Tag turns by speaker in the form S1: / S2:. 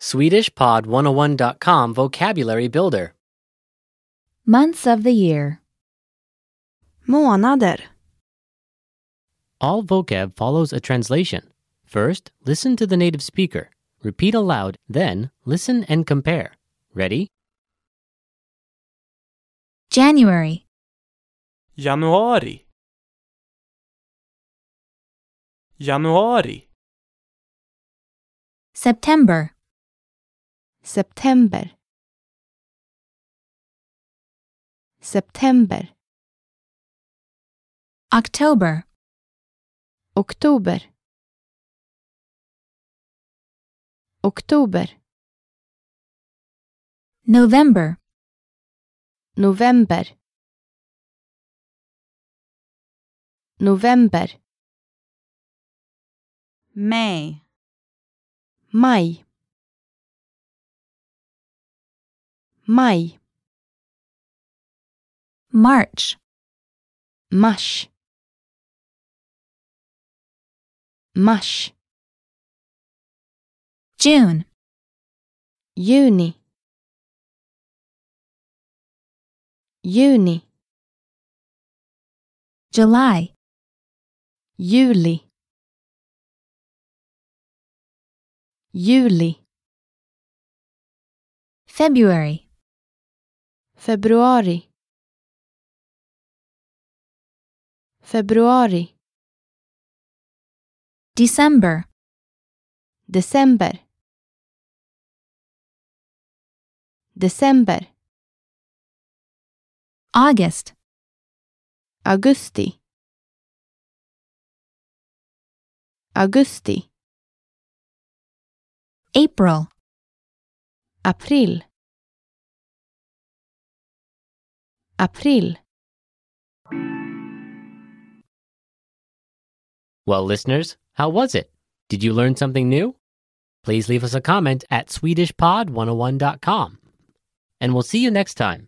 S1: SwedishPod101.com Vocabulary Builder.
S2: Months of the year.
S3: Månader.
S1: All vocab follows a translation. First, listen to the native speaker. Repeat aloud, then, listen and compare. Ready?
S2: January,
S4: Januari. Januari.
S2: September,
S3: September. September.
S2: October,
S3: Oktober. Oktober.
S2: November,
S3: November. November. May. Maj. Maj.
S2: March,
S3: Mars. Mars.
S2: June,
S3: Juni. Juni.
S2: July,
S3: Juli. Juli.
S2: February,
S3: Februari. Februari.
S2: December,
S3: December. December.
S2: August,
S3: Augusti. Augusti.
S2: April,
S3: April. April.
S1: Well, listeners, how was it? Did you learn something new? oh Please leave us a comment at SwedishPod101.com. And we'll see you next time.